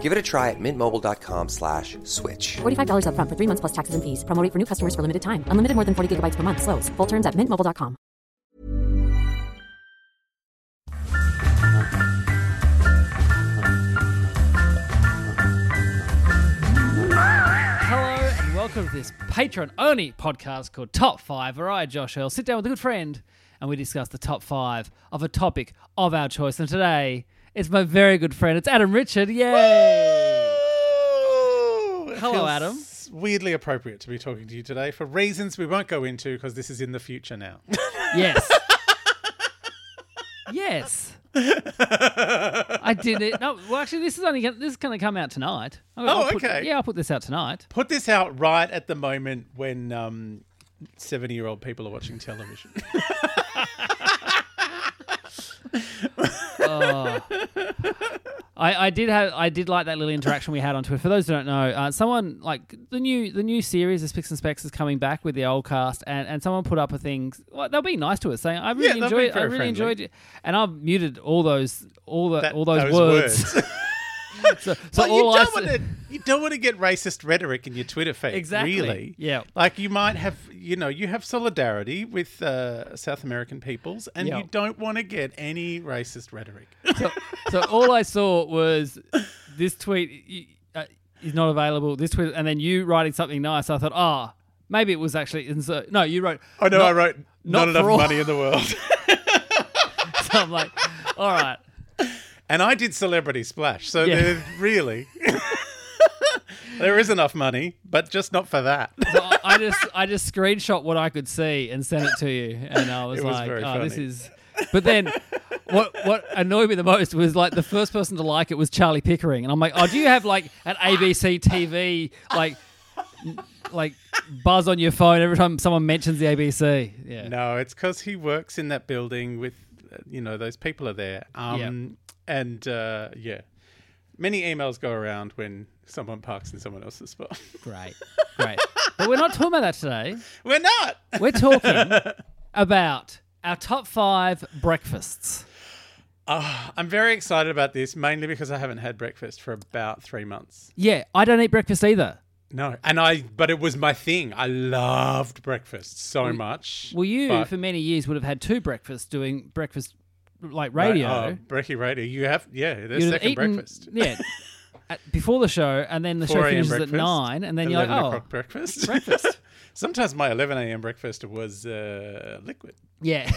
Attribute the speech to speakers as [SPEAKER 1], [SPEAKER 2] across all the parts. [SPEAKER 1] Give it a try at mintmobile.com slash switch.
[SPEAKER 2] $45 upfront for three months plus taxes and fees. Promo rate for new customers for limited time. Unlimited more than 40 gigabytes per month. Slows. Full terms at mintmobile.com.
[SPEAKER 3] Hello and welcome to this Patreon only podcast called Top 5, where I, Josh Earl, sit down with a good friend and we discuss the top 5 of a topic of our choice. And today, it's my very good friend, it's Adam Richard. Yay!
[SPEAKER 4] Hello,
[SPEAKER 3] Hello, Adam.
[SPEAKER 4] Weirdly appropriate to be talking to you today for reasons we won't go into because this is in the future now.
[SPEAKER 3] Yes. yes. I did it. No, well, actually, this is only gonna- this is going to come out tonight. I'll-
[SPEAKER 4] Oh,
[SPEAKER 3] I'll put-
[SPEAKER 4] okay.
[SPEAKER 3] Yeah, I'll put this out tonight.
[SPEAKER 4] Put this out right at the moment when um, seventy-year-old people are watching television.
[SPEAKER 3] I, I did have I did like that little interaction we had on Twitter. For those who don't know, uh, someone like the new the new series of Spicks and Specs is coming back with the old cast, and, and someone put up a thing. Well, they'll be nice to us, saying I really
[SPEAKER 4] they'll be
[SPEAKER 3] enjoyed I
[SPEAKER 4] very
[SPEAKER 3] really
[SPEAKER 4] friendly.
[SPEAKER 3] enjoyed it, and I've muted all those all the
[SPEAKER 4] That-
[SPEAKER 3] all those,
[SPEAKER 4] those
[SPEAKER 3] words.
[SPEAKER 4] words.
[SPEAKER 3] so so
[SPEAKER 4] but you
[SPEAKER 3] all I
[SPEAKER 4] don't
[SPEAKER 3] said-
[SPEAKER 4] want to you don't want to get racist rhetoric in your Twitter feed.
[SPEAKER 3] Exactly.
[SPEAKER 4] Really.
[SPEAKER 3] Yeah.
[SPEAKER 4] Like you might have you know you have solidarity with uh, South American peoples, and
[SPEAKER 3] Yeah.
[SPEAKER 4] you don't want to get any racist rhetoric.
[SPEAKER 3] so all I saw was this tweet y- uh, is not available. This tweet, and then you writing something nice. I thought, ah, maybe it was actually insert. No, you wrote.
[SPEAKER 4] I know. I
[SPEAKER 3] not-
[SPEAKER 4] wrote
[SPEAKER 3] not
[SPEAKER 4] not,
[SPEAKER 3] for
[SPEAKER 4] enough
[SPEAKER 3] all."
[SPEAKER 4] money in the world,
[SPEAKER 3] So I'm like, all right.
[SPEAKER 4] and I did celebrity splash. So
[SPEAKER 3] Yeah.
[SPEAKER 4] there- really, there is enough money, but just not for that.
[SPEAKER 3] So I- I just I just screenshot what I could see and sent it to you, and I was,
[SPEAKER 4] It was
[SPEAKER 3] like, "Oh,
[SPEAKER 4] very
[SPEAKER 3] this
[SPEAKER 4] funny.
[SPEAKER 3] is." But then, what what annoyed me the most was like the first person to like it was Charlie Pickering, and I'm like, "Oh, do you have like an ABC TV like n- like buzz on your phone every time someone mentions the ABC?" Yeah,
[SPEAKER 4] No, it's because he works in that building with, uh, you know, those people are there. Um, And uh, yeah, many emails go around when someone parks in someone else's spot.
[SPEAKER 3] great, great. But we're not talking about that today.
[SPEAKER 4] We're not.
[SPEAKER 3] We're talking about our top five breakfasts.
[SPEAKER 4] Ah, I'm very excited about this, mainly because I haven't had breakfast for about three months.
[SPEAKER 3] Yeah, I don't eat breakfast either.
[SPEAKER 4] No, and I, but it was my thing. I loved breakfast so much.
[SPEAKER 3] Well, you
[SPEAKER 4] But-
[SPEAKER 3] for many years would have had two breakfasts doing breakfast like
[SPEAKER 4] Right,
[SPEAKER 3] radio.
[SPEAKER 4] oh, Brekkie radio. You have, yeah, there's
[SPEAKER 3] You'd have
[SPEAKER 4] second
[SPEAKER 3] eaten-
[SPEAKER 4] breakfast.
[SPEAKER 3] Yeah. At, before the show, and then the show
[SPEAKER 4] 4 a.m.
[SPEAKER 3] finishes
[SPEAKER 4] breakfast.
[SPEAKER 3] at nine, and then you're like,
[SPEAKER 4] 11
[SPEAKER 3] oh,
[SPEAKER 4] o'clock breakfast. breakfast. Sometimes my 11 a.m. breakfast was uh, liquid.
[SPEAKER 3] "Oh." yeah.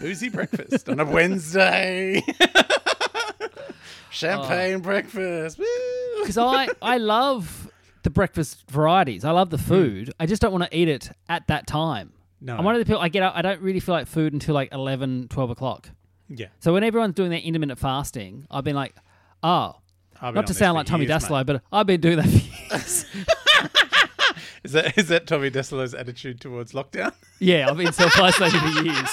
[SPEAKER 4] boozy breakfast on a Wednesday.
[SPEAKER 3] Oh.
[SPEAKER 4] Champagne breakfast. Woo.
[SPEAKER 3] Because I, I love the breakfast varieties. I love the food. I just don't want to eat it at that time.
[SPEAKER 4] Mm. No.
[SPEAKER 3] I'm one of the people, I get up, I don't really feel like food until like 11, 12 o'clock.
[SPEAKER 4] Yeah.
[SPEAKER 3] So when everyone's doing their intermittent fasting, I've been like, oh,
[SPEAKER 4] I've been on
[SPEAKER 3] not to
[SPEAKER 4] this
[SPEAKER 3] sound
[SPEAKER 4] for
[SPEAKER 3] like Tommy
[SPEAKER 4] years,
[SPEAKER 3] Daslow,
[SPEAKER 4] mate.
[SPEAKER 3] but I've been doing that for years.
[SPEAKER 4] Is that is that Tommy Desolow's attitude towards lockdown?
[SPEAKER 3] yeah, I've been self isolated for years.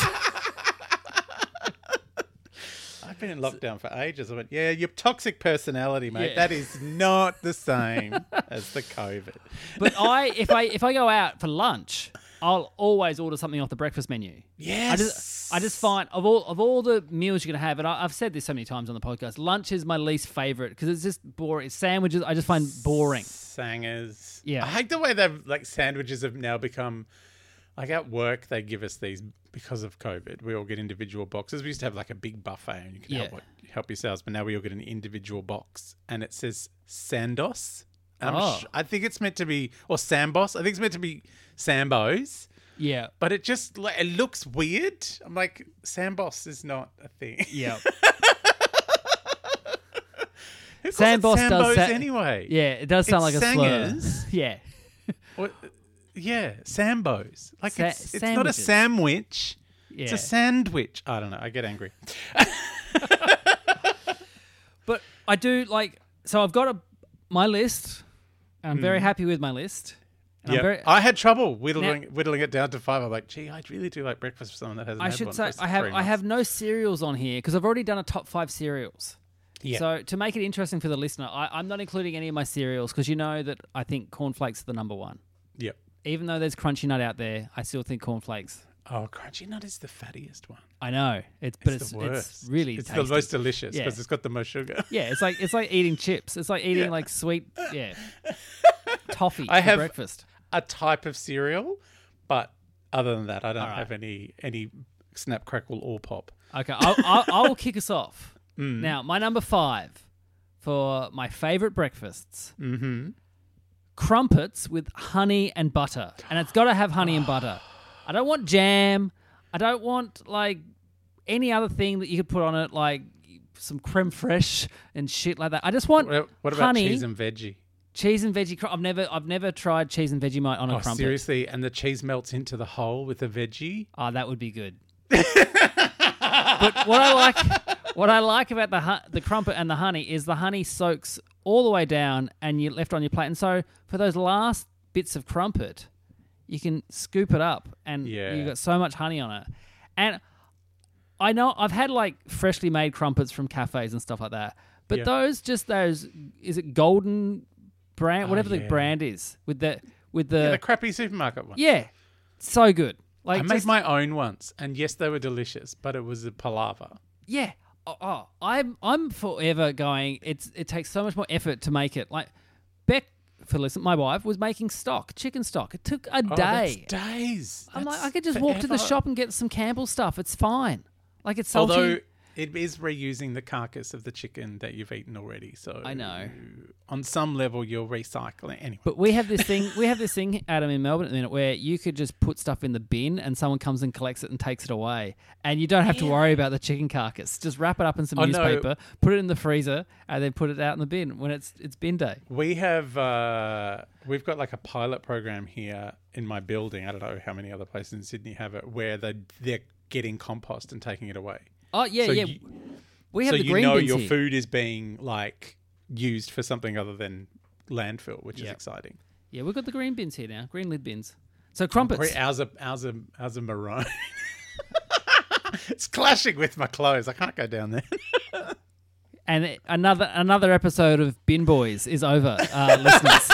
[SPEAKER 4] I've been in lockdown for ages. I went, yeah, your toxic personality, mate.
[SPEAKER 3] Yeah.
[SPEAKER 4] That is not the same as the COVID.
[SPEAKER 3] But I, if I, if I go out for lunch, I'll always order something off the breakfast menu. I
[SPEAKER 4] Yes.
[SPEAKER 3] just, I just find of all of all the meals you're gonna have, and I, I've said this so many times on the podcast, lunch is my least favorite because it's just boring. Sandwiches, I just find boring.
[SPEAKER 4] Sangers.
[SPEAKER 3] Yeah.
[SPEAKER 4] I hate the way they've like sandwiches have now become like at work they give us these because of COVID. We all get individual boxes. We used to have like a big buffet and you can
[SPEAKER 3] Yeah.
[SPEAKER 4] help help help yourselves, but now we all get an individual box and it says Sandos. And I'm
[SPEAKER 3] Oh.
[SPEAKER 4] sh- I think it's meant to be or Sambos. I think it's meant to be Sambos.
[SPEAKER 3] Yeah,
[SPEAKER 4] But it just like it looks weird. I'm like, Sambos is not a thing.
[SPEAKER 3] yeah,
[SPEAKER 4] Who calls it
[SPEAKER 3] Sambos does
[SPEAKER 4] Sambos
[SPEAKER 3] that-
[SPEAKER 4] anyway.
[SPEAKER 3] yeah. It does sound
[SPEAKER 4] It's
[SPEAKER 3] like a
[SPEAKER 4] sangers.
[SPEAKER 3] slur. yeah,
[SPEAKER 4] Or, yeah, Sambos. Like
[SPEAKER 3] Sa-
[SPEAKER 4] it's, it's not a
[SPEAKER 3] sandwiches.
[SPEAKER 4] sandwich.
[SPEAKER 3] yeah.
[SPEAKER 4] It's a sandwich. I don't know. I get angry.
[SPEAKER 3] But
[SPEAKER 4] Hmm.
[SPEAKER 3] I do like so I've got a my list. and I'm very happy with my list. And I'm
[SPEAKER 4] Yep.
[SPEAKER 3] very-
[SPEAKER 4] I had trouble whittling whittling it down to five. I'm like, gee, I really do like breakfast for someone that hasn't.
[SPEAKER 3] I
[SPEAKER 4] had
[SPEAKER 3] should
[SPEAKER 4] one
[SPEAKER 3] say
[SPEAKER 4] for
[SPEAKER 3] I have
[SPEAKER 4] three
[SPEAKER 3] I have
[SPEAKER 4] months."
[SPEAKER 3] no cereals on here because I've already done a top five cereals.
[SPEAKER 4] Yeah.
[SPEAKER 3] So to make it interesting for the listener, I, I'm not including any of my cereals because you know that I think cornflakes are the number one.
[SPEAKER 4] Yep.
[SPEAKER 3] Even though there's crunchy nut out there, I still think cornflakes.
[SPEAKER 4] Oh, crunchy nut is the fattiest one.
[SPEAKER 3] I know it's, but
[SPEAKER 4] It's
[SPEAKER 3] it's
[SPEAKER 4] the
[SPEAKER 3] it's,
[SPEAKER 4] worst.
[SPEAKER 3] really
[SPEAKER 4] It's the
[SPEAKER 3] tasty.
[SPEAKER 4] most delicious
[SPEAKER 3] Yeah.
[SPEAKER 4] because it's got the most sugar.
[SPEAKER 3] Yeah, it's like it's like eating chips. It's like eating like sweet yeah toffee
[SPEAKER 4] I
[SPEAKER 3] for
[SPEAKER 4] have-
[SPEAKER 3] breakfast.
[SPEAKER 4] a type of cereal, but other than that, I don't have any any snap crackle or pop.
[SPEAKER 3] Okay, I'll, I'll, I'll kick us off.
[SPEAKER 4] Mm.
[SPEAKER 3] Now, my number five for my favorite breakfasts mm-hmm. crumpets with honey and butter. And it's got to have honey and butter. I don't want jam. I don't want, like, any other thing that you could put on it, like some creme fraiche and shit like that. I just want
[SPEAKER 4] What, what about
[SPEAKER 3] honey,
[SPEAKER 4] cheese and veggie?
[SPEAKER 3] cheese and veggie. Cr- I've never, I've never tried cheese and Vegemite on a
[SPEAKER 4] Oh,
[SPEAKER 3] crumpet.
[SPEAKER 4] seriously, and the cheese melts into the hole with the veggie.
[SPEAKER 3] Oh, that would be good. but what I like, what I like about the hu- the crumpet and the honey is the honey soaks all the way down, and you left on your plate. And so for those last bits of crumpet, you can scoop it up, and
[SPEAKER 4] Yeah.
[SPEAKER 3] you've got so much honey on it. And I know I've had like freshly made crumpets from cafes and stuff like that, but
[SPEAKER 4] Yeah.
[SPEAKER 3] those just those is it golden brand, whatever the
[SPEAKER 4] Ah, yeah.
[SPEAKER 3] brand is with the with the
[SPEAKER 4] Yeah,
[SPEAKER 3] yeah,
[SPEAKER 4] the crappy supermarket one.
[SPEAKER 3] so good. Like
[SPEAKER 4] I made
[SPEAKER 3] just-
[SPEAKER 4] my own once, and yes, they were delicious, but it was a palaver.
[SPEAKER 3] Yeah. Oh, oh, I'm I'm forever going. It's it takes so much more effort to make it. Like Beck, Felicity, my wife, was making stock, chicken stock. It took a
[SPEAKER 4] Oh, that's
[SPEAKER 3] day.
[SPEAKER 4] days.
[SPEAKER 3] I'm like,
[SPEAKER 4] That's
[SPEAKER 3] I could just walk to the
[SPEAKER 4] forever.
[SPEAKER 3] shop and get some Campbell stuff. It's fine. Like it's salty.
[SPEAKER 4] Although it is reusing the carcass of the chicken that you've eaten already, so
[SPEAKER 3] I know.
[SPEAKER 4] On some level, you're recycling anyway.
[SPEAKER 3] But we have this thing. We have this thing, Adam, in Melbourne at the minute, where you could just put stuff in the bin, and someone comes and collects it and takes it away, and you don't have to worry about the chicken carcass. Just wrap it up in some
[SPEAKER 4] Oh, no.
[SPEAKER 3] newspaper, put it in the freezer, and then put it out in the bin when it's it's bin day.
[SPEAKER 4] We have uh, we've got like a pilot program here in my building. I don't know how many other places in Sydney have it, where they they're getting compost and taking it away.
[SPEAKER 3] Oh yeah,
[SPEAKER 4] So
[SPEAKER 3] yeah.
[SPEAKER 4] you-
[SPEAKER 3] we have
[SPEAKER 4] so
[SPEAKER 3] the
[SPEAKER 4] you
[SPEAKER 3] green
[SPEAKER 4] know
[SPEAKER 3] bins
[SPEAKER 4] your
[SPEAKER 3] here.
[SPEAKER 4] food is being like used for something other than landfill, which is
[SPEAKER 3] Yeah.
[SPEAKER 4] exciting.
[SPEAKER 3] Yeah, we've got the green bins here now, green lid bins. So crumpets.
[SPEAKER 4] Great, ours are ours are ours are maroon. it's clashing with my clothes. I can't go down there.
[SPEAKER 3] And it- another another episode of Bin Boys is over, uh, listeners.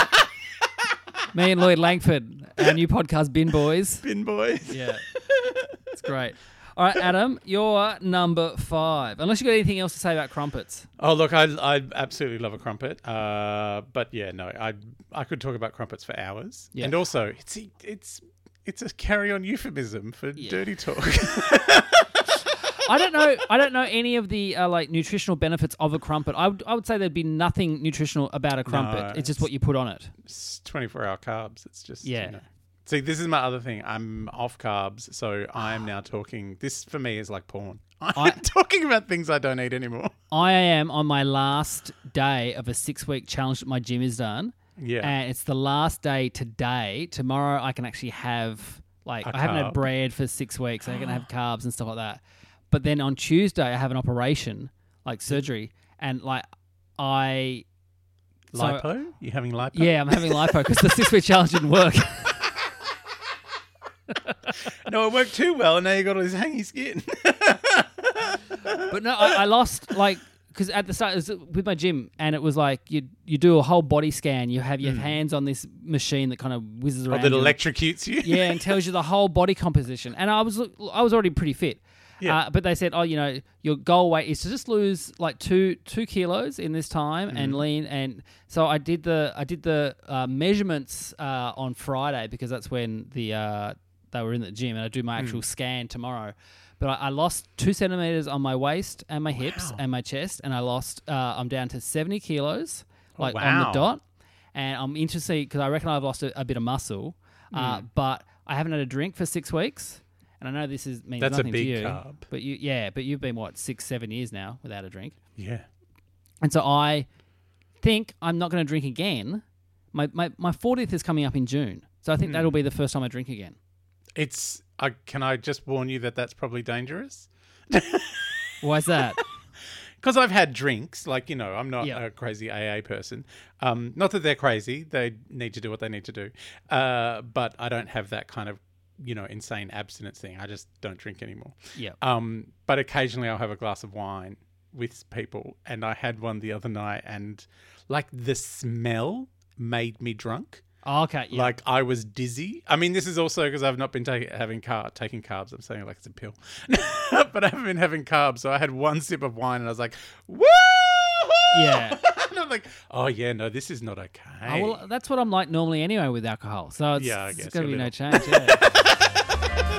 [SPEAKER 3] Me and Lloyd Langford, our new podcast, Bin Boys.
[SPEAKER 4] Bin boys.
[SPEAKER 3] Yeah, it's great. All right, Adam, you're number five. Unless you've got anything else to say about crumpets.
[SPEAKER 4] Oh look, I I absolutely love a crumpet. Uh, but yeah, no, I I could talk about crumpets for hours.
[SPEAKER 3] Yeah.
[SPEAKER 4] And also, it's it's it's a carry on euphemism for dirty talk.
[SPEAKER 3] I don't know. I don't know any of the uh, like nutritional benefits of a crumpet. I would, I would say there'd be nothing nutritional about a crumpet. it's just what you put on it.
[SPEAKER 4] it's twenty four hour carbs. It's just you
[SPEAKER 3] Yeah.
[SPEAKER 4] know. See, this is my other thing. I'm off carbs, so I am now talking. This for me is like porn. I'm talking about things I don't eat anymore.
[SPEAKER 3] I am on my last day of a six week challenge that my gym is done.
[SPEAKER 4] Yeah.
[SPEAKER 3] And it's the last day today. Tomorrow I can actually have like I haven't had
[SPEAKER 4] carb.
[SPEAKER 3] bread for six weeks. I can have carbs and stuff like that. But then on Tuesday I have an operation, like surgery, and like I So-
[SPEAKER 4] Lipo? You having lipo?
[SPEAKER 3] yeah, I'm having lipo because the six week challenge didn't work.
[SPEAKER 4] No, it worked too well, and now you got all this hangy skin.
[SPEAKER 3] But no, I, I lost like because at the start it was with my gym, and it was like you you do a whole body scan. You have your hands on this machine that kind of whizzes
[SPEAKER 4] or
[SPEAKER 3] around.
[SPEAKER 4] Mm. Oh, that
[SPEAKER 3] you.
[SPEAKER 4] electrocutes you.
[SPEAKER 3] yeah, and tells you the whole body composition. And I was I was already pretty fit.
[SPEAKER 4] Yeah.
[SPEAKER 3] Uh, but they said, oh, you know, your goal weight is to just lose like two two kilos in this time and
[SPEAKER 4] Mm-hmm.
[SPEAKER 3] lean. And so I did the I did the uh, measurements uh, on Friday because that's when the uh, they were in the gym, and I do my
[SPEAKER 4] Mm.
[SPEAKER 3] actual scan tomorrow. But I, I lost two centimeters on my waist and my hips and my chest, and I lost. Uh, I'm down to seventy kilos, like on the
[SPEAKER 4] Oh, wow.
[SPEAKER 3] dot and I'm interested because I reckon I've lost a, a bit of muscle,
[SPEAKER 4] Hmm.
[SPEAKER 3] uh, but I haven't had a drink for six weeks, and I know this is means
[SPEAKER 4] That's a
[SPEAKER 3] nothing
[SPEAKER 4] big
[SPEAKER 3] to you.
[SPEAKER 4] carb.
[SPEAKER 3] But you, yeah, but you've been what six, seven years now without a drink,
[SPEAKER 4] Yeah.
[SPEAKER 3] and so I think I'm not going to drink again. My my my fortieth is coming up in June, so I think
[SPEAKER 4] Hmm.
[SPEAKER 3] that'll be the first time I drink again.
[SPEAKER 4] It's. I can I just warn you that that's probably dangerous?
[SPEAKER 3] Why's that?
[SPEAKER 4] because I've had drinks. Like you know, I'm not
[SPEAKER 3] Yeah.
[SPEAKER 4] a crazy AA person. Um, not that they're crazy; they need to do what they need to do. Uh, but I don't have that kind of you know insane abstinence thing. I just don't drink anymore.
[SPEAKER 3] Yeah.
[SPEAKER 4] Um, but occasionally I'll have a glass of wine with people, and I had one the other night, and like the smell made me drunk.
[SPEAKER 3] Oh, Okay. Yeah.
[SPEAKER 4] Like I was dizzy. I mean, this is also because I've not been ta- having car taking carbs. I'm saying it like it's a pill, but I haven't been having carbs. So I had one sip of wine, and I was like, woo!
[SPEAKER 3] Yeah.
[SPEAKER 4] and I'm like, oh yeah, no, this is not okay.
[SPEAKER 3] Oh, well, that's what I'm like normally anyway with alcohol. So it's,
[SPEAKER 4] Yeah, I
[SPEAKER 3] it's
[SPEAKER 4] guess,
[SPEAKER 3] going
[SPEAKER 4] a
[SPEAKER 3] to be no
[SPEAKER 4] little.
[SPEAKER 3] change. eh? Yeah.